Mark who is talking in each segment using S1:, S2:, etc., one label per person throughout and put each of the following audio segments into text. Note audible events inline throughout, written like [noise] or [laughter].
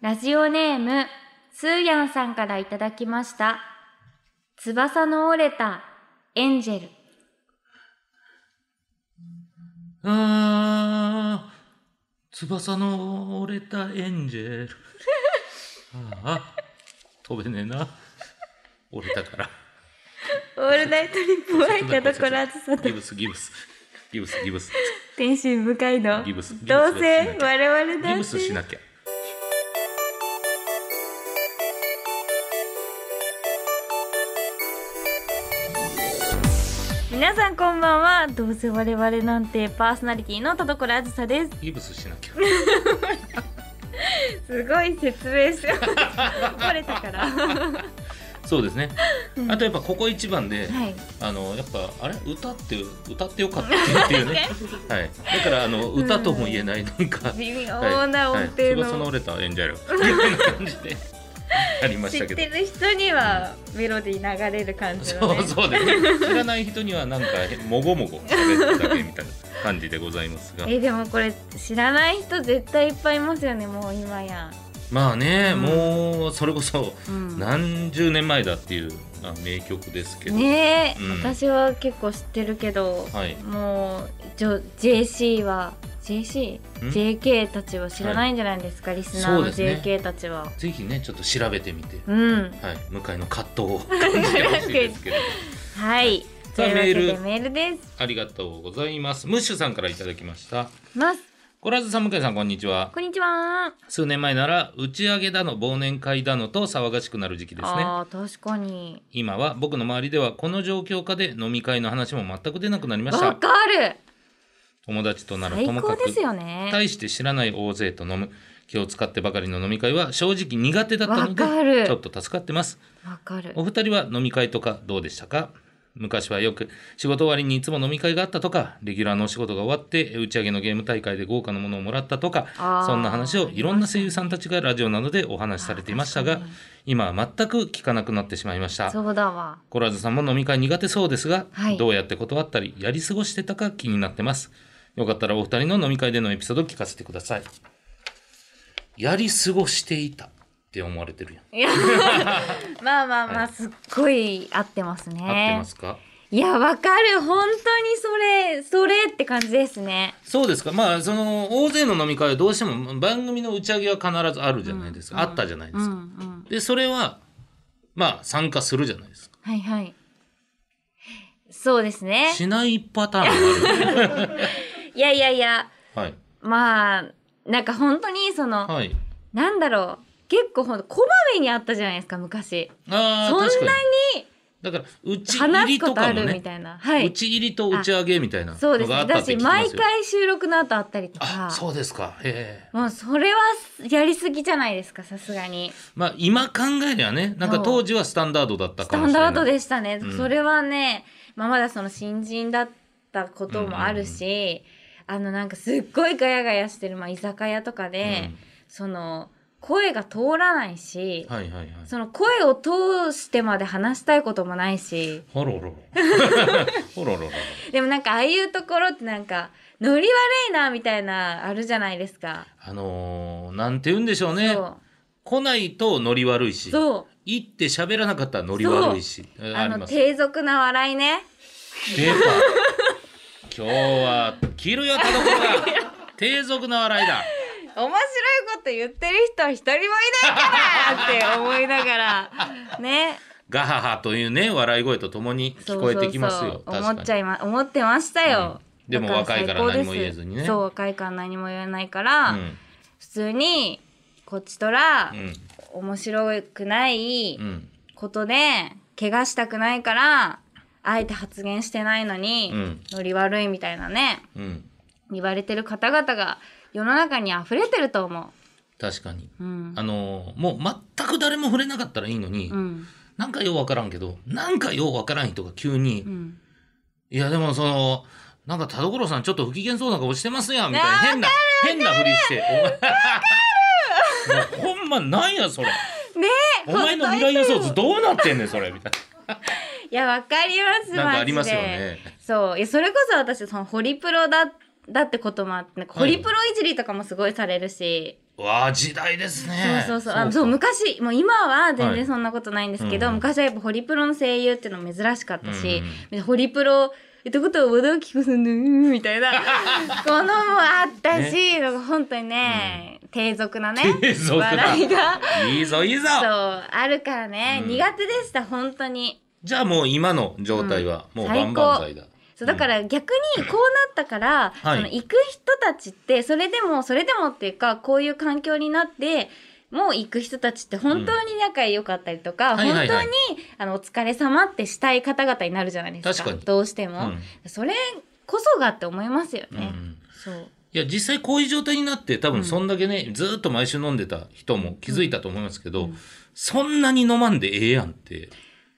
S1: ラジオネーム、スーヤンさんからいただきました。翼の折れたエンジェル。
S2: あー、翼の折れたエンジェル。ああ、飛べねえな。折れたから。
S1: オールナイトリップワイトとコラズサと
S2: ギブス、ギブス。ギブス、ギブス。
S1: 天心向かいの
S2: ギブス。ギブス
S1: どう
S2: しな
S1: せ
S2: きゃ
S1: 我々
S2: ギ
S1: だ
S2: ブス
S1: し
S2: しなきゃ。
S1: 皆さんこんばんはどうせ我々なんてパーソナリティの田所あずさです
S2: ギブスしなきゃ。
S1: すごい説明し [laughs] 漏れたからは
S2: そうですね
S1: う。ん
S2: あとやっぱここ一番で、
S1: い
S2: あのやっぱあれ歌って歌ってよかったっていう
S1: [laughs]
S2: ね。はい。だからあの
S1: ん
S2: 歌とも言えないなんか。
S1: 微
S2: はい
S1: 妙な音
S2: はい
S1: 程
S2: 翼の
S1: の
S2: 折れたエン
S1: [laughs]
S2: ジェルみたいな感じでありまし
S1: 知
S2: た
S1: っ
S2: け
S1: て
S2: ど。
S1: る人にはメロディー流れる感じの
S2: そ
S1: ね
S2: うそうですね。知らない人にはなんかもごもごされるだけみたいな感じでございますが、
S1: えでもこれ知らない人絶対いっぱいいますよねもう今や、
S2: まあね、
S1: うん
S2: もうそれこそ
S1: うん
S2: 何十年前だっていうまあ名曲ですけど、
S1: ねえ、
S2: うん
S1: 私は結構知ってるけど、
S2: はい
S1: もう一応 JC は JC?
S2: ん
S1: JK たちは知らないんじゃないですか、リスナー
S2: そう
S1: の
S2: ですね
S1: JK たちは
S2: ぜひねちょっと調べてみて、
S1: う,、ん
S2: はい向井の葛藤
S1: [laughs]
S2: を感じてほしいですけど。
S1: はいと
S2: さあ
S1: いうわけ
S2: メー
S1: で
S2: ル
S1: メールです
S2: ありがとうございます。ムッシュさんからいただきました。
S1: ます
S2: コラズさん、向井さん、こんにちは。
S1: こんにちは
S2: 数年前なら、打ち上げだの、忘年会だのと騒がしくなる時期ですね。
S1: ああ確かに
S2: 今は僕の周りではこの状況下で飲み会の話も全く出なくなりまし
S1: わ
S2: た
S1: かる
S2: 友達とならと
S1: 最
S2: もか
S1: 高
S2: く
S1: ですよね
S2: 対して知らない大勢と飲む気を使ってばかりの飲み会は正直苦手だったの
S1: わかる
S2: でちょっと助かってます
S1: わかる
S2: お二人は飲み会とかどうでしたか昔はよく仕事終わりにいつも飲み会があったとかレギュラーのお仕事が終わって打ち上げのゲーム大会で豪華なものをもらったとか
S1: あー
S2: そんな話をいろんな声優さんたちがラジオなどでお話しされていました
S1: あー
S2: が
S1: 確か
S2: 今は全く聞かなくなってしまいました
S1: そうだわ
S2: コラーズさんも飲み会苦手そうですが、
S1: はい
S2: どうやって断ったりやり過ごしてたか気になってますよかったらお二人の飲み会でのエピソード聞かせてくださいやり過ごしていたって思われてるやん、
S1: いやまあまあま
S2: は
S1: あすっごい合ってますね
S2: 合ってますか
S1: いやわかる本当にそれそれって感じですね
S2: そうですかまあその大勢の飲み会はどうしても番組の打ち上げは必ずあるじゃないですか、あったじゃないで
S1: う
S2: す
S1: んう
S2: か、
S1: ん
S2: でそれはまあ参加するじゃないですか
S1: はいはいそうですね
S2: しないパターンがある、
S1: いやいやいや
S2: はい
S1: まあなんか本当にその、
S2: はい
S1: なんだろう結構ほんとこまめにあったじゃないですか昔
S2: あ
S1: そ
S2: あ
S1: んなに
S2: 確かにだから打ち入
S1: 話
S2: り
S1: すことと
S2: か
S1: あ
S2: も
S1: る
S2: ね
S1: みたいな、は
S2: 打
S1: い
S2: ち入りと打ち上げみたいな
S1: そう
S2: の
S1: です
S2: が
S1: ね
S2: あった
S1: だ
S2: って
S1: し
S2: 聞きますよ
S1: 毎回収録の後あったりと
S2: あ
S1: か
S2: そうですかへえ
S1: もうそれはやりすぎじゃないですかさすがに
S2: まあ今考えりゃねなんか
S1: そう
S2: 当時はスタンダードだった
S1: ス
S2: か
S1: タ
S2: も
S1: ン
S2: しれない
S1: ダードでしたね、
S2: うん
S1: それはね、まあ、まだその新人だったこともあるし、あのなんかすっごいガヤガヤしてる、まあ、居酒屋とかで、その声が通らないし、
S2: うんはいはいはい
S1: その声を通してまで話したいこともないし
S2: ほろろ [laughs] ろほろろろ
S1: でもなんかああいうところってなんかノリ悪いなみたいなあるじゃないですか。
S2: あのー、なんて言うんでしょうね
S1: そう
S2: 来ないとノリ悪いし
S1: そう
S2: 行って喋らなかったらノリ悪いしえあ
S1: あ
S2: り
S1: の
S2: ます出
S1: 低俗な笑いね
S2: た今日は切るよ田所
S1: [laughs]
S2: が低俗な笑いだ
S1: 面白いこと言ってる人は一人もいないからって思いなが
S2: [laughs]
S1: らね
S2: ガハハというね笑い声とともに聞こえてきますよ
S1: そうそうそう思っ
S2: 確
S1: ち
S2: か
S1: ゃ
S2: に
S1: いま思ってましたよ、
S2: うんでも
S1: だ
S2: 若いから
S1: 最高です
S2: 何も言えずにね
S1: そう若いから何も言えないから、
S2: うん
S1: 普通にこっちとら、
S2: うん
S1: 面白くない
S2: うん
S1: ことで怪我したくないからあえて発言してないのに、
S2: うん
S1: ノリ悪いみたいなね
S2: うん
S1: 言われてる方々が世の中に溢れてると思
S2: 確かに、
S1: う。うん
S2: あのーもう全く誰も触れなかったらいいのに、
S1: うん
S2: なんかようわからんけどなんかようわからん人が急に「
S1: うん
S2: いやでもそのなんか田所さんちょっと不機嫌そうな顔してますやん」みたいな
S1: あー
S2: 変な変なふりして「お前もうほんまなんやそれ
S1: ねえ
S2: お前の未来予想図どうなってんねんそれ」みたい
S1: いやわかります
S2: ななんかありますよ
S1: マジで
S2: ね。
S1: そういやそれこそ私そのホリプロだだってこともあって、ホリプロいじりとかもすごいされるし、
S2: わあ、時代で
S1: そ
S2: す
S1: う
S2: ね。
S1: そうそう。
S2: か
S1: あそう昔、もう今は全
S2: はい
S1: 然そんなことないんですけど、
S2: うんうん
S1: 昔はやっぱホリプロの声優っていうの珍しかったし
S2: うん、
S1: でホリプロ、えってことは和田アキ子さんの、うんみたいな、
S2: [laughs]
S1: このもあったし、なんか本当にね、低俗なね、
S2: 低俗な
S1: 笑い
S2: [laughs]
S1: が、
S2: いいぞ、いいぞ。
S1: そう、あるからね、
S2: うん
S1: 苦手でした、本当に。
S2: じゃあもう今の状態は、
S1: うん
S2: もうバンバン剤だ。
S1: そうだから逆にこうなったから、
S2: はい
S1: その行く人たちってそれでもそれでもっていうかこういう環境になってもう行く人たちって本当に仲良かったりとか、
S2: うんはい
S1: 本当
S2: はい
S1: に、
S2: はい
S1: あのお疲れ様ってしたい方々になるじゃないですか
S2: 確かに
S1: どうしても、
S2: うん
S1: それこそがって思いますよ
S2: うん
S1: ね、そう
S2: いや、実際こういう状態になって、多分そんだけね、ずーっと毎週飲んでた人も気づいたと思いますけど、そんなに飲まんでええやんって、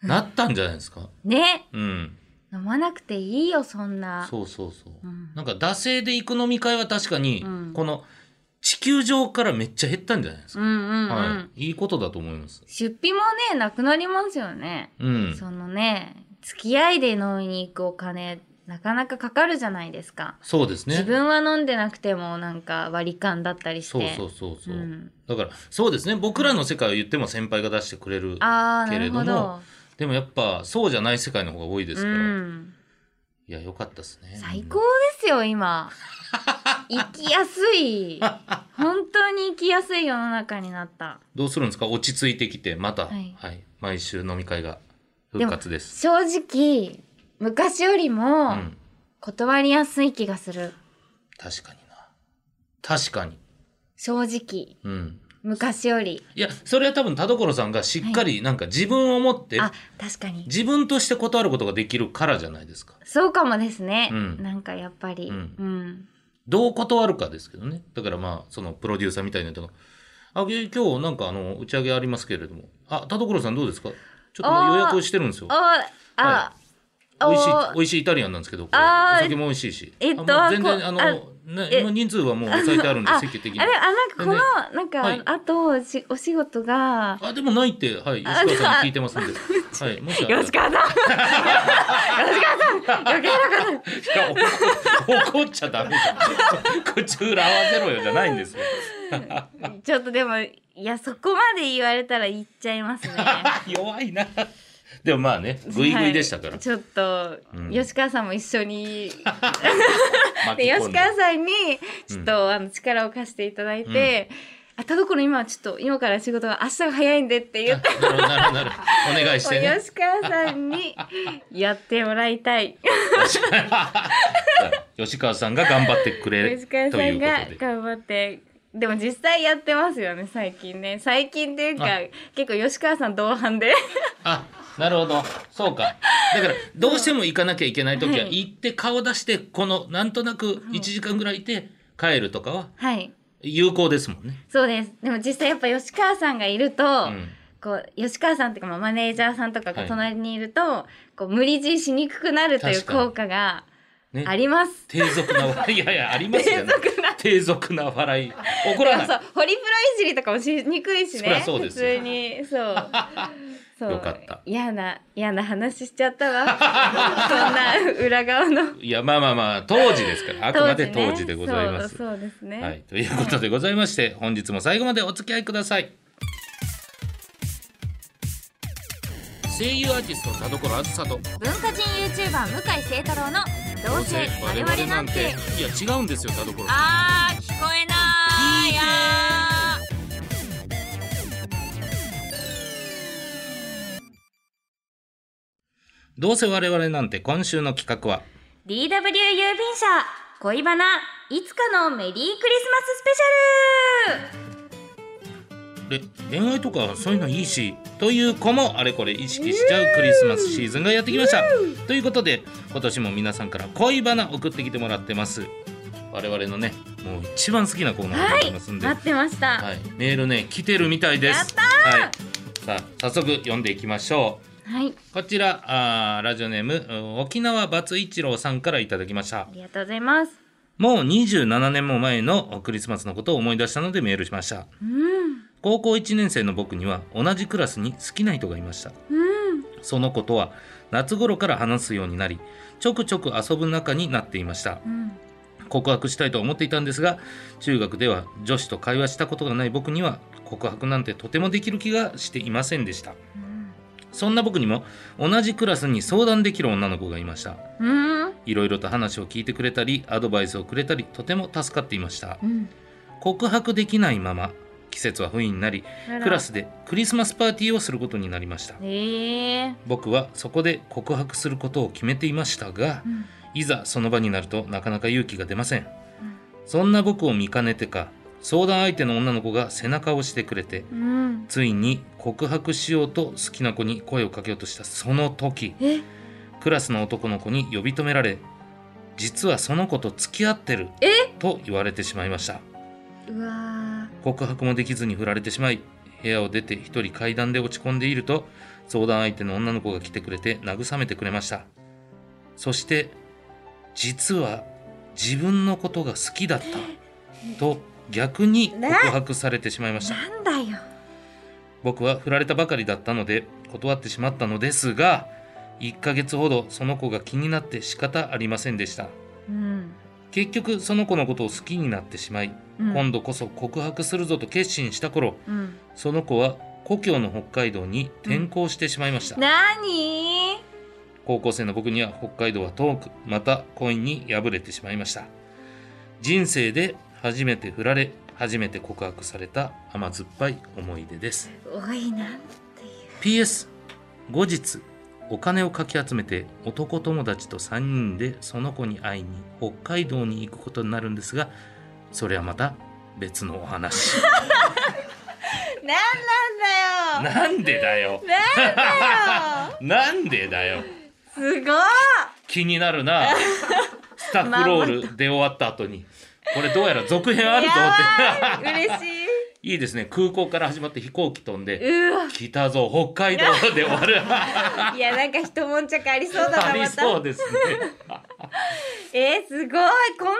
S2: なったんじゃないですか。
S1: ね
S2: うん。
S1: 飲まなくていいよそんな
S2: そうそうそう。
S1: うん
S2: なんか、惰性で行く飲み会は確かに
S1: うん、
S2: この、地球上からめっちゃ減ったんじゃないです
S1: うん
S2: か。
S1: うんうん、
S2: はい。いいことだと思います。
S1: 出費もねなくなりますよね
S2: うん。
S1: そのね付き合いで飲みに行くお金なかなかかかるじゃないですか、
S2: そうですね。
S1: 自分は飲んでなくてもなんか割り勘だったりして
S2: そうそうそうそう。
S1: うん
S2: だから、そうですね。僕らの世界を言っても先輩が出してくれる。
S1: ああ
S2: け
S1: な
S2: れ
S1: る
S2: ども
S1: ほど
S2: でもやっぱ、そうじゃない世界の方が多いです
S1: う
S2: から。
S1: ん
S2: いや、良かったですね。
S1: 最高ですよ
S2: [laughs]
S1: 今行きやすい本当に行きやすい世の中になった
S2: どうするんですか落ち着いてきて、また、は
S1: はいい、
S2: 毎週飲み会が
S1: で
S2: 復
S1: も
S2: 活です。
S1: 正直昔より
S2: う
S1: も
S2: ん。
S1: 断りやすい気がする
S2: 確かにな。確かに。
S1: 正直
S2: うん。
S1: 昔より
S2: いや、それは多分田所さんがしっかりなんか自分を持って、
S1: あ確かに
S2: 自分として断ることができるからじゃないですか。
S1: そうかもですね、
S2: うん
S1: なんかやっぱり、
S2: う
S1: うんん
S2: どう断るかですけどね。だからまあ、そのプロデューサーみたいな人が、あ、今日なんかあの、打ち上げありますけれども、あ、田所さんどうですかちょっともう予約をしてるんですよ
S1: お。あ、
S2: 美味しい
S1: お、
S2: 美味しいイタリアンなんですけど、これ
S1: あー
S2: お酒も美味しいし。
S1: えっと
S2: あもう全然、
S1: こ
S2: あの、
S1: あ
S2: ね
S1: え
S2: もう人数はもう抑えてあるんで、
S1: あ
S2: 積極的に
S1: あ。れ、あ、なんかこの、
S2: でね
S1: なんか、
S2: はい
S1: あとし、お仕事が、
S2: あ、でもないって、はい、吉川さんに聞いてますんで。はい、もしあれば
S1: 吉川さん吉川さん余計なこと
S2: いや怒怒っちゃダメだ。こっち裏合わせろよじゃないん [laughs] ですよ。
S1: ちょっとでも、いや、そこまで言われたら言っちゃいますね。
S2: [laughs] 弱いな。でもまあね、グイグイでしたから。
S1: はいちょっと、
S2: うん
S1: 吉川さんも一緒に、
S2: 巻き
S1: で、
S2: 込ん
S1: 吉
S2: で
S1: 川さんに、ちょっと、あの、力を貸していただいて、あ、田所今はちょっと、今から仕事が明日が早いんでって言って、
S2: なるほどなるほどなるほど。お願いしてね。
S1: 吉川さんにやってもらいたい。
S2: [laughs] 吉川さんが頑張ってくれ
S1: 吉
S2: と
S1: 川さ
S2: い
S1: ん
S2: うこ
S1: が
S2: とで。
S1: 頑張ってでも実際やってますよね最近ね最近っていうか
S2: あ
S1: 結構吉川さん同伴で
S2: あ、なるほど。そうか。だからどうしても行かなきゃいけない時は
S1: はい
S2: 行って顔出してこのなんとなく1時間ぐらいいて帰るとか [laughs] は
S1: はい
S2: 有効ですもんね。
S1: そうですでも実際やっぱ吉川さんがいると、
S2: ん
S1: こう吉川さんっていうかまあマネージャーさんとか
S2: は
S1: が
S2: い
S1: 隣にいると、こう無理強いしにくくなるという
S2: 確かに
S1: 効果が
S2: ね。
S1: あります。
S2: 低俗な笑い。いやいやありますよね。低俗な笑い。怒らない
S1: そう。ホリプロいじりとかもしにくいし
S2: そりゃ
S1: ね
S2: そうで
S1: 普
S2: す [laughs] よ
S1: 通にそうそう
S2: よかった
S1: 嫌な嫌な話しちゃったわ [laughs] そんな裏側の
S2: いやまあまあまあ当時ですからあくまで当時でございます。
S1: そうそうですね、
S2: はい、ということでございまして、本日も最後までお付き合いください。声優アーティスト田所あずさと
S1: 文化人 YouTuber 向井聖太郎の「どうせ我々なんて
S2: いや違うんですよ田所」さん
S1: あー聞こえないや
S2: どうせ我々なんて今週の企画は
S1: DW 郵便車恋バナいつかのメリークリスマススペシャル
S2: で恋愛とかそういうのいいしという子もあれこれ意識しちゃうクリスマスシーズンがやってきましたということで今年も皆さんから恋バナ送ってきてもらってます我々のねもう一番好きなコーナーだと思いますんで、
S1: 待ってました、
S2: はい、メールね来てるみたいです。
S1: やった
S2: はい、さあ早速読んでいきましょう。
S1: はい、
S2: こちらあーラジオネームうん沖縄バツ一郎さんからいただきました
S1: あ。りがとうございます
S2: もう27年も前のクリスマスのことを思い出したのでメールしました。
S1: うん
S2: 高校1年生の僕には同じクラスに好きな人がいました。
S1: うん
S2: その子とは夏頃から話すようになり、ちょくちょく遊ぶ仲になっていました。
S1: うん
S2: 告白したいと思っていたんですが中学では女子と会話したことがない僕には告白なんてとてもできる気がしていませんでしたそんな僕にも同じクラスに相談できる女の子がいました
S1: うん
S2: いろいろと話を聞いてくれたりアドバイスをくれたりとても助かっていました
S1: うん
S2: 告白できないまま季節は冬になりクラスでクリスマスパーティーをすることになりました
S1: ええ
S2: 僕はそこで告白することを決めていましたが
S1: うん
S2: いざその場になるとなかなか勇気が出ません
S1: ん
S2: そんな僕を見かねてか相談相手の女の子が背中を押してくれて
S1: うん
S2: ついに告白しようと好きな子に声をかけようとしたその時
S1: え
S2: クラスの男の子に呼び止められ実はその子と付き合ってると言われてしまいました
S1: うわ
S2: 告白もできずに振られてしまい部屋を出て一人階段で落ち込んでいると相談相手の女の子が来てくれて慰めてくれましたそして実は自分のことが好きだったと逆に告白されてしまいまし
S1: ー
S2: た
S1: なんだよ
S2: 僕は振られたばかりだったので断ってしまったのですが1ヶ月ほどその子が気になって仕方ありませんでした
S1: うん
S2: 結局その子のことを好きになってしまい、
S1: うん
S2: 今度こそ告白するぞと決心した頃
S1: うん
S2: その子は故郷の北海道に転校してしまいました、
S1: なに
S2: 高校生の僕には北海道は遠くまた恋に敗れてしまいました人生で初めて振られ初めて告白された甘酸っぱい思い出です
S1: おいなんていう
S2: PS 後日お金をかき集めて男友達と3人でその子に会いに北海道に行くことになるんですがそれはまた別のお話
S1: なんなんだよ
S2: なんでだよ
S1: なんだよ
S2: なんでだよ
S1: すごい
S2: 気にな
S1: [laughs]
S2: るなスタッフロール出終わった後にこれどうやら続編あると思って
S1: 嬉しい
S2: [laughs] いいですね空港から始まって飛行機飛ん [laughs] で
S1: うわ
S2: 来たぞ北海道
S1: [laughs]
S2: で終わる
S1: いやなんか一悶着ありそうだ
S2: あ
S1: な
S2: り
S1: また
S2: そうです
S1: えー、すごいこんな
S2: ね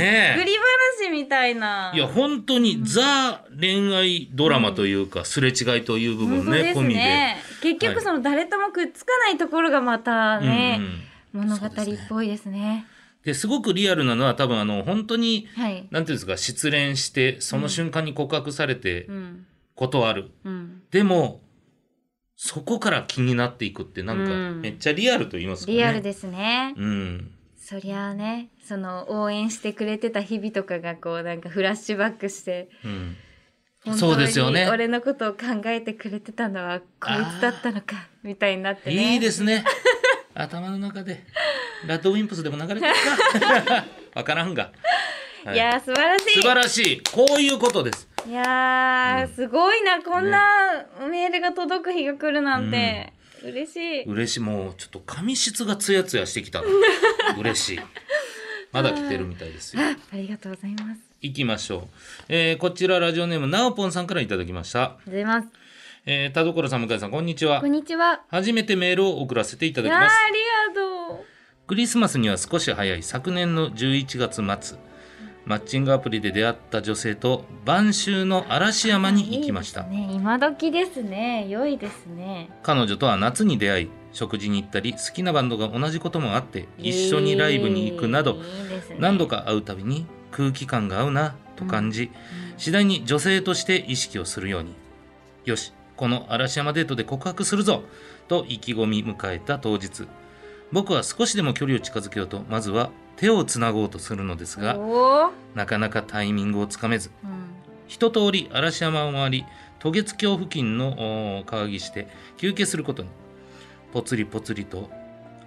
S2: ねえ
S1: 振り話みたいない
S2: や本当にザ恋愛ドラマというか、すれ違いという部
S1: 本
S2: 分
S1: 当
S2: ね
S1: です
S2: 込みで。
S1: ね結局その誰ともくっつかないところがまたね、
S2: うんうん
S1: 物語っぽいですね
S2: ですごくリアルなのは多分あの本当に
S1: はい
S2: なんていうんですか失恋してその瞬間に告白されて
S1: うん
S2: 断る、
S1: うん
S2: でもそこから気になっていくってなんか
S1: うん
S2: めっちゃリアルと言いますかね。
S1: リアルですね、
S2: うん
S1: そりゃあねその応援してくれてた日々とかがこうなんかフラッシュバックして
S2: うん、
S1: 本
S2: そう
S1: 当
S2: ですよね
S1: に俺のことを考えてくれてたのはこいつだったのかみたいになってね
S2: いいですね [laughs] 頭の中でラッドウィンプスでも流れてるかわからんが、はい
S1: やー素晴らしい
S2: 素晴らしいこういうことです。
S1: いやー、すごいなこんなメールが届く日が来るなんて、嬉しい、
S2: 嬉しいもうちょっと髪質がツヤツヤして
S1: [laughs]
S2: きたな嬉しいまだ来てるみたいですよ
S1: あありがとうございます
S2: 行きましょう、えーこちらラジオネームなおぽんさんからいただきました、
S1: ありがとうございます
S2: えー、田所さん向井さんこんにちは
S1: こんにちは
S2: 初めてメールを送らせていた
S1: い
S2: だき
S1: やーあ
S2: ます
S1: りがとう
S2: クリスマスには少し早い昨年の11月末マッチングアプリで出会った女性と晩秋の嵐山に行きまし
S1: い
S2: た
S1: いですね今時ですね良いですね
S2: 彼女とは夏に出会い食事に行ったり好きなバンドが同じこともあって一緒にライブに行くなど、
S1: いいですね
S2: 何度か会うたびに空気感が合うなと感じ、次第に女性として意識をするようによしこの嵐山デートで告白するぞと意気込み迎えた当日僕は少しでも距離を近づけようとまずは手をつなごうとするのですが
S1: おー
S2: なかなかタイミングをつかめず
S1: うん
S2: 一通り嵐山を回り渡月橋付近のおー川岸で休憩することにぽつりぽつりと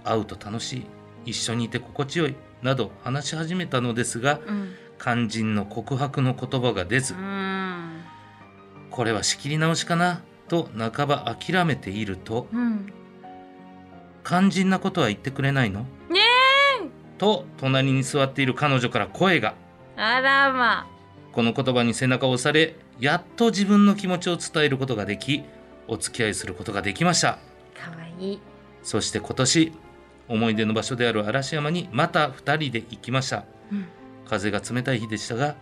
S2: 会うと楽しい一緒にいて心地よいなど話し始めたのですが
S1: うん
S2: 肝心の告白の言葉が出ず
S1: うん
S2: これは仕切り直しかなと半ば諦めていると
S1: うん
S2: 肝心なことは言ってくれないの
S1: ね
S2: と隣に座っている彼女から声が
S1: あらま
S2: この言葉に背中を押されやっと自分の気持ちを伝えることができお付き合いすることができました
S1: かわいい
S2: そして今年思い出の場所である嵐山にまた2人で行きました
S1: うん
S2: 風が冷たい日でしたが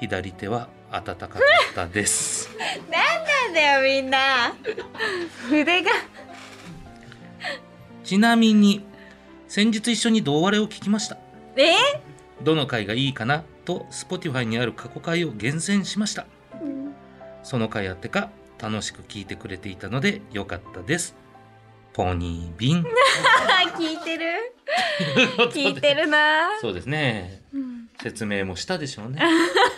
S2: 左手は暖かかったです
S1: なんだよみん [laughs] な筆が
S2: ちなみに先日一緒に同割れを聞きました
S1: え
S2: どの回がいいかなと Spotify にある過去回を厳選しました
S1: うん
S2: その回あってか楽しく聞いてくれていたのでよかったですポニー
S1: [laughs]
S2: ビン
S1: 聞いてる聞いてるな
S2: そうですね
S1: うん
S2: 説明もしたでし
S1: [laughs]
S2: ょうね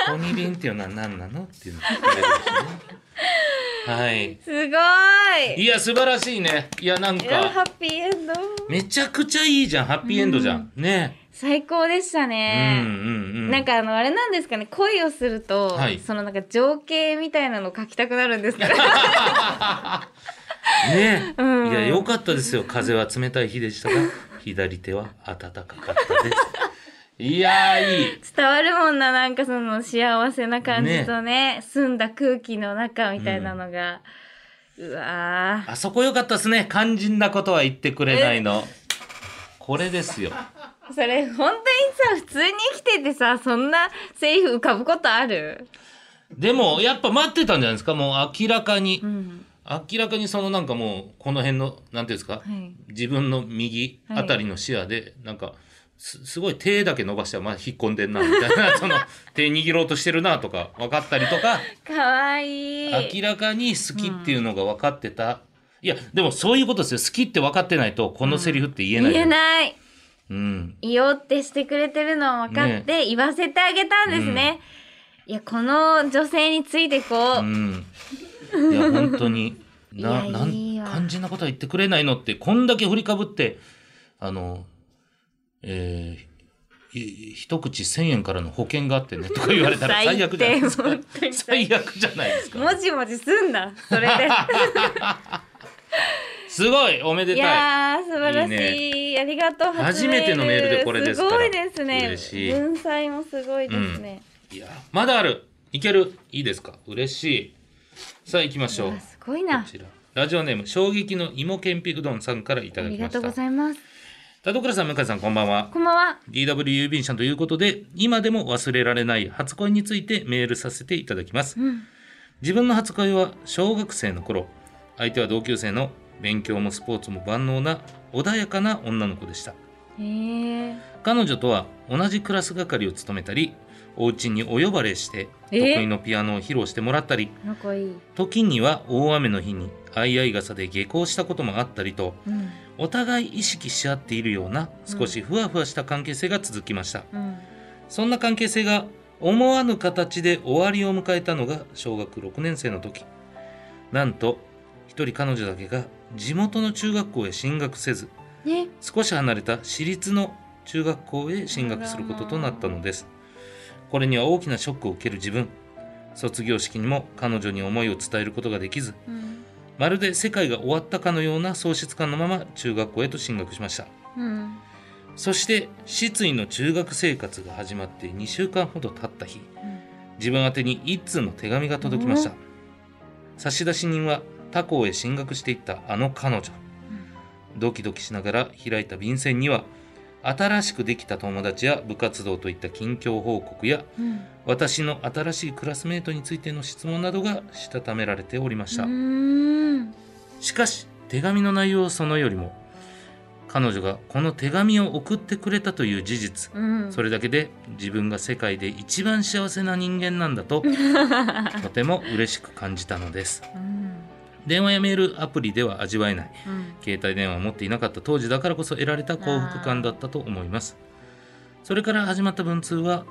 S2: ポニービンっていうのは何なのっていうのが聞かれるでしょうねはい
S1: すごい
S2: いや素晴らしいねいやなん
S1: うんハ
S2: か
S1: ッピーエンド
S2: めちゃくちゃいいじゃんハッピーエンドじゃん、ね
S1: 最高でしたね、
S2: うんうんうん
S1: なんかあのあれなんですかね恋をすると、
S2: はい
S1: そのなんか情景みたいなのを書きたくなるんです
S2: [laughs]
S1: けど
S2: ね、
S1: うん
S2: いや良かったですよ風は冷たい日で
S1: [laughs]
S2: したが左手は暖かかったですいやーいい
S1: 伝わるもんななんかその幸せな感じとね澄んだ空気の中みたいなのが、うわー
S2: あそこ良かったですね肝心なことは言ってくれないのこれですよ
S1: それ本当にさ普通に生きててさそんなセリフ浮かぶことある、
S2: でもやっぱ待ってたんじゃないですかもう明らかに、
S1: うん
S2: 明らかにそのなんかもうこの辺のなんていうんですか、
S1: はい、
S2: 自分の右あたりの視野で、なんかすすごい手だけ伸ばしてはまあ引っ込んでんなみた
S1: [laughs]
S2: いなその手握ろうとしてるなとか分かったりとか
S1: かわいい
S2: 明らかに好きっていうのが分かってた、いやでもそういうことですよ好きって分かってないとこのセリフって言えない、
S1: 言えない
S2: うん、
S1: 言おうってしてくれてるのを分かって言わせてあげたんですね。いやこの女性についてこう、
S2: うん、いや本当にない
S1: や
S2: なん
S1: いいわ
S2: 肝心なことは言ってくれないのってこんだけ振りかぶってあのえーい一口1,000円からの保険があってねとか言われたら最悪じゃないですか
S1: [laughs] 最低本当に
S2: 最悪じゃないですか
S1: もじもじすんなそれで
S2: すごいおめで
S1: い
S2: たい
S1: やー素晴らしいありがとう
S2: 初めてのメールでこれですから
S1: すごいですね
S2: 嬉しい
S1: 文才もすごいですね、
S2: いやまだあるいけるいいですか嬉しいさあ行きましょう
S1: う
S2: こ
S1: わすごいな
S2: ちらラジオネーム衝撃の芋けんぴうどんさんからいた
S1: あ
S2: だき
S1: りが
S2: ま
S1: とうご
S2: した
S1: ざいます
S2: 田所さん向井さんこんばんは
S1: こんばんは
S2: DW 郵便車ということで今でも忘れられない初恋についてメールさせていただきます
S1: うん
S2: 自分の初恋は小学生の頃相手は同級生の勉強もスポーツも万能な穏やかな女の子でした
S1: へえ
S2: 彼女とは同じクラス係を務めたりお家にお呼ばれして得
S1: え
S2: 意のピアノを披露してもらったり
S1: ー、なんかいい、
S2: 時には大雨の日に相合い傘で下校したこともあったりと
S1: うん
S2: お互い意識し合っているような少しふわふわした関係性が続きました、
S1: うん、
S2: そんな関係性が思わぬ形で終わりを迎えたのが小学6年生の時なんと一人彼女だけが地元の中学校へ進学せず
S1: ね
S2: 少し離れた私立の中学校へ進学することとなったのですこれには大きなショックを受ける自分卒業式にも彼女に思いを伝えることができず
S1: うん
S2: まるで世界が終わったかのような喪失感のまま中学校へと進学しました
S1: うん
S2: そして失意の中学生活が始まって2週間ほど経った日自分宛てに一通の手紙が届きました、差出人は他校へ進学していったあの彼女ドキドキしながら開いた便箋には新しくできた友達や部活動といった近況報告や
S1: うん
S2: 私の新しいクラスメートについての質問などがしたためられておりました、
S1: うん
S2: しかし手紙の内容そのよりも彼女がこの手紙を送ってくれたという事実
S1: うん
S2: それだけで自分が世界で一番幸せな人間なんだ
S1: [laughs]
S2: ととても嬉しく感じたのです
S1: うん
S2: 電話やメールアプリでは味わえない
S1: うん
S2: 携帯電話を持っていなかった当時だからこそ得られた幸福感だったと思いますそれから始まった文通は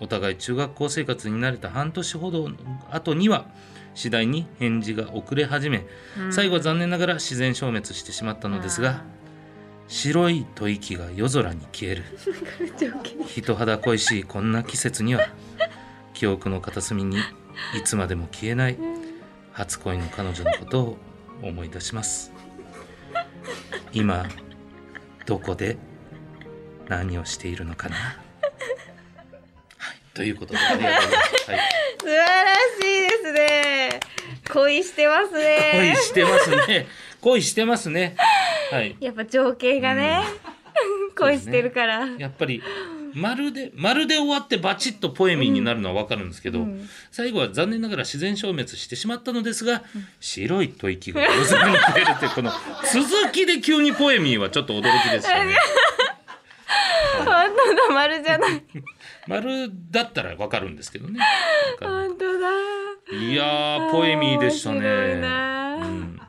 S2: お互い中学校生活に慣れた半年ほど後には次第に返事が遅れ始め
S1: うん
S2: 最後は残念ながら自然消滅してしまったのです
S1: [laughs]
S2: が白い吐息が夜空に消える人肌恋しいこんな季節には記憶の片隅にいつまでも消えない初恋の彼女のことを思い出します今どこで何をしているのかな、はい、ということでありがとうございます、はい、
S1: 素晴らしいですね恋してます
S2: 恋
S1: ね
S2: してますね恋してますねはい
S1: やっぱ情景がね、 [laughs] 恋してるから、
S2: やっぱりまるでまるで終わってバチッとポエミーになるのはわかるんですけど、
S1: うん
S2: 最後は残念ながら自然消滅してしまったのですが、白い吐息が夜空に消えるっていうこの
S1: [laughs]
S2: 続きで急にポエミーはちょっと驚きですよね。
S1: 本当だ丸じゃない
S2: 丸だったらわかるんですけどね。
S1: 本当だ
S2: いやー、ポエミーでしたね。
S1: 面白いなー
S2: うん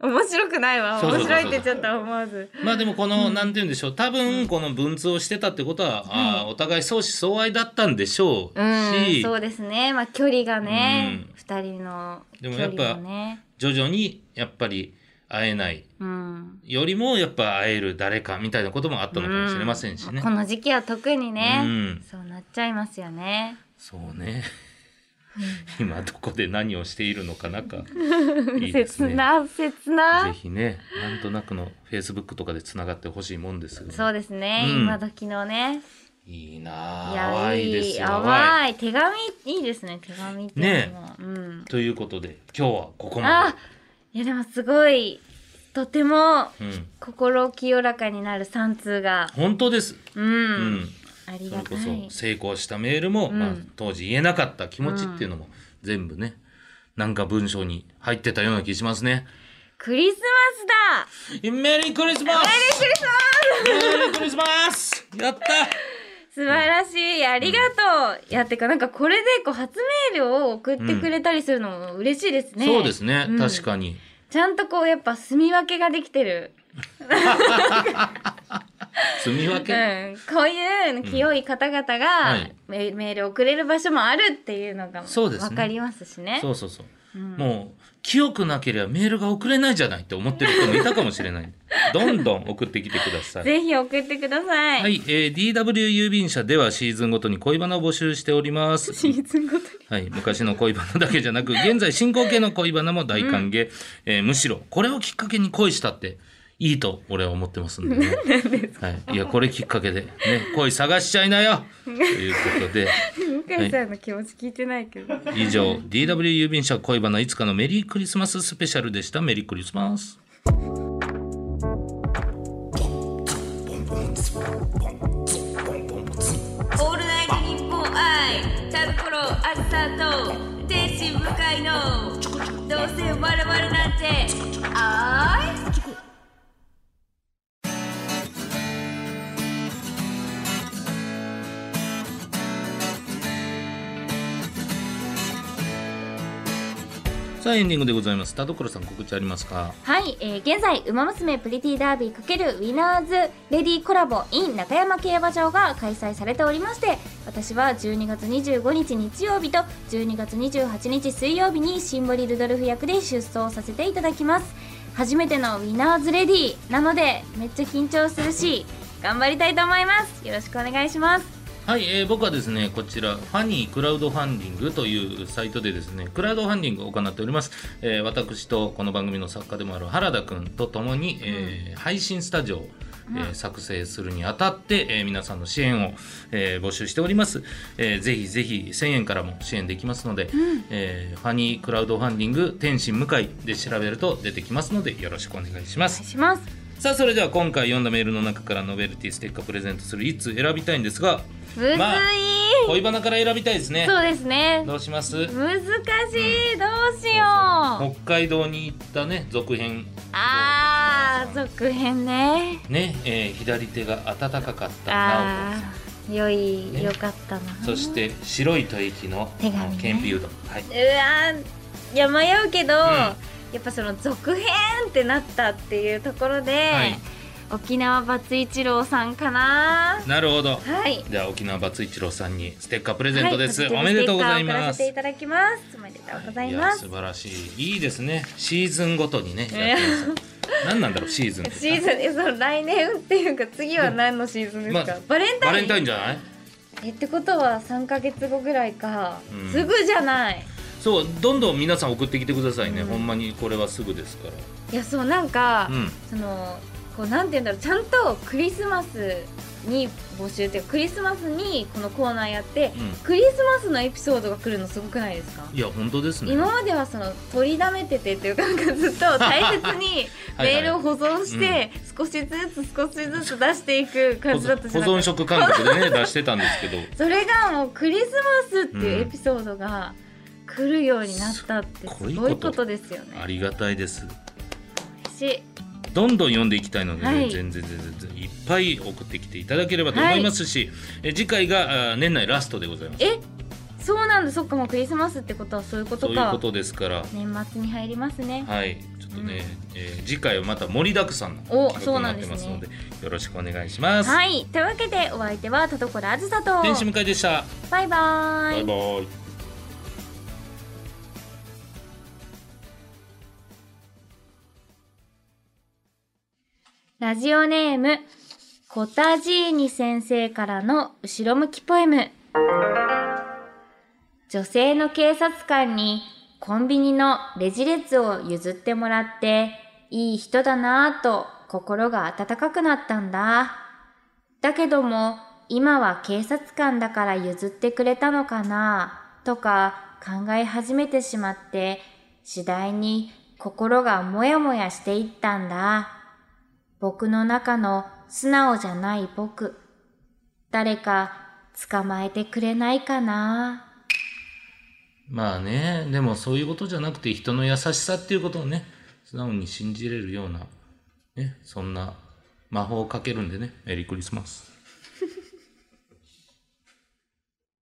S1: 面白くないわ
S2: そうそう
S1: 面
S2: そう
S1: 白いって言っちゃった思わず
S2: まあでもこの、なんて言うんでしょう多分この文通をしてたってことは、ああお互い相思相愛だったんでしょう
S1: うん
S2: し、
S1: そうですねまあ距離がね
S2: うん
S1: 二人の
S2: で
S1: 距
S2: もや
S1: 離
S2: っぱ
S1: がね
S2: 徐々にやっぱり会えない
S1: うん
S2: よりもやっぱ会える誰かみたいなこともあったのかもしれませんし
S1: う
S2: ね。
S1: この時期は特にね、
S2: うん
S1: そうなっちゃいますよね
S2: そうね今どこで何をしているのか
S1: [laughs]
S2: なんかいいです
S1: 切
S2: ね。
S1: な切な
S2: ぜひねなんとなくのフェイスブックとかでつながってほしいもんですよね。
S1: そうですね、
S2: うん
S1: 今時のね
S2: いいなあ
S1: いや
S2: 淡いですよ淡い
S1: 淡い手紙いいですね手紙っていうのも、うん
S2: ということで今日はここま
S1: あいやでもすごいとても
S2: で。うん
S1: 心清らかになる三通が
S2: 本当です。
S1: うん、
S2: うん
S1: あり
S2: そ
S1: が
S2: れ
S1: た
S2: こ
S1: い
S2: そ成功したメールも、
S1: うん
S2: まあ、当時言えなかった気持ちっていうのも全部ね、なんか文章に入ってたような気しますね。
S1: クリスマスだ
S2: メリークリスマス
S1: クリスマス
S2: メリークリスマスやった
S1: 素晴らしいありがとう、やってかなんかこれでこう初メールを送ってくれたりするのも嬉しいですね、
S2: そうですね、
S1: うん
S2: 確かに。
S1: ちゃんとこうやっぱ住み分けができてる、
S2: 住み分
S1: う
S2: け、
S1: ん、こういう清い方々
S2: は
S1: が
S2: い
S1: メメールを送れる場所もあるっていうのが
S2: そうですね
S1: 分かりますしね
S2: そうそうそう。もう清くなければメールが送れないじゃないって思ってる人もいたかもし
S1: [laughs]
S2: れないどんどん送ってきてください
S1: ぜひ送ってください、 [laughs]
S2: はい、えー DW 郵便社ではシーズンごとに恋バナを募集しております
S1: シーズンごとに
S2: はい、昔の恋バナだけじゃなく現在進行形の恋バナも大歓迎、えーむしろこれをきっかけに恋したっていいと俺は思ってますんでね。はい、いやこれきっかけで、ね、恋探しちゃいなよということで
S1: 向井さんの気持ち聞いてないけど、
S2: 以上 DW 郵便社恋バナいつかのメリークリスマススペシャルでしたメリークリスマス。
S1: オールナイトニッポン愛チャルコロアスターと天使向井のどうせ我々なんてあい
S2: さあエンディングでございます田所さん告知ありますか
S1: はい、えー現在「ウマ娘プリティダービー×ウィナーズレディーコラボ in 中山競馬場」が開催されておりまして私は12月25日日曜日と12月28日水曜日にシンボリルドルフ役で出走させていただきます初めてのウィナーズレディーなのでめっちゃ緊張するし頑張りたいと思いますよろしくお願いします
S2: はい、えー僕はですねこちらファニークラウドファンディングというサイトでですねクラウドファンディングを行っております、えー私とこの番組の作家でもある原田くんと共に、えー配信スタジオを、えー作成するにあたって、えー皆さんの支援を、えー募集しております、えーぜひぜひ1000円からも支援できますので、えーファニークラウドファンディング天心向井で調べると出てきますのでよろしくお願いしま
S1: お
S2: す
S1: 願いします
S2: さあそれでは今回読んだメールの中からノベルティステッカープレゼントする1通選びたいんですが
S1: むずい、
S2: まあ恋バナから選びたいですね
S1: そうですね
S2: どうします
S1: 難しいどうしよう
S2: 北海道に行ったね続編
S1: あー続編ね
S2: ね、えー左手が温かかった直
S1: あ
S2: 子
S1: あ良
S2: ね
S1: い良かったな
S2: そして白い吐息の
S1: 手紙ね
S2: ケンピうどんはいう
S1: わーいや迷うけど、
S2: ん
S1: やっぱその続編ってなったっていうところで、
S2: はい
S1: 沖縄バツイチローさんかな
S2: なるほど
S1: はい
S2: では沖縄バツイチローさんにステッカープレゼントです、
S1: はいポ
S2: お
S1: ジ
S2: め
S1: テ
S2: で
S1: ィブステッカー
S2: とうございま
S1: を送らせて
S2: す
S1: いただきますおめでとうございま
S2: や
S1: す、
S2: 素晴らしいいいですねシーズンごとにねやってま
S1: [laughs]
S2: す何なんだろうシーズンって
S1: シーズンえその来年っていうか次は何のシーズンですか、
S2: まあ
S1: バレンタイ
S2: バ
S1: ン
S2: レンタインじゃない
S1: えってことは三ヶ月後ぐらいか、
S2: うん
S1: すぐじゃない
S2: そうどんどん皆さん送ってきてくださいね、
S1: うん
S2: ほんまにこれはすぐですか、
S1: いやそうなんから
S2: うん
S1: そのこうなんて言うんだろうちゃんとクリスマスに募集っていうかクリスマスにこのコーナーやって、
S2: うん
S1: クリスマスのエピソードが来るのすごくないですか
S2: いや本当ですね
S1: 今まではその取りだめててっていうかなんかずっと
S2: [laughs]
S1: 大切に
S2: はいはい
S1: メールを保存して少しずつ少しずつ出していく
S2: 保
S1: 感じだったじゃない
S2: 存
S1: ですか
S2: 食感覚でね出してたんですけ
S1: [laughs]
S2: ど
S1: それがもうクリスマスっていうエピソードが来るようになったってす
S2: うん
S1: ごいことですよね
S2: ありがたいです
S1: 嬉しい
S2: どんどん読んでいきたいので、ね
S1: はい
S2: 全然全然全然いっぱい送ってきていただければと思いますし、え次回があー年内ラストでございます。
S1: えそうなんだそっかもうクリスマスってことはそういうこと
S2: そう
S1: か
S2: いうことですから、
S1: 年末に入りますね
S2: はい、ちょっとね、えー次回はまた盛りだくさんの
S1: お
S2: 企画になってますので、よろしくお願いします。
S1: はいというわけでお相手は田所あずさと
S2: 天使向井でした。
S1: バイバーイ
S2: バイバイ。
S1: ラジオネームコタジーニ先生からの後ろ向きポエム女性の警察官にコンビニのレジ列を譲ってもらっていい人だなぁと心が温かくなったんだだけども今は警察官だから譲ってくれたのかなぁとか考え始めてしまって次第に心がもやもやしていったんだ僕の中の素直じゃない僕。誰か捕まえてくれないかな。
S2: まあね、でもそういうことじゃなくて人の優しさっていうことをね、素直に信じれるような、ね、そんな魔法をかけるんでね、メリークリスマス。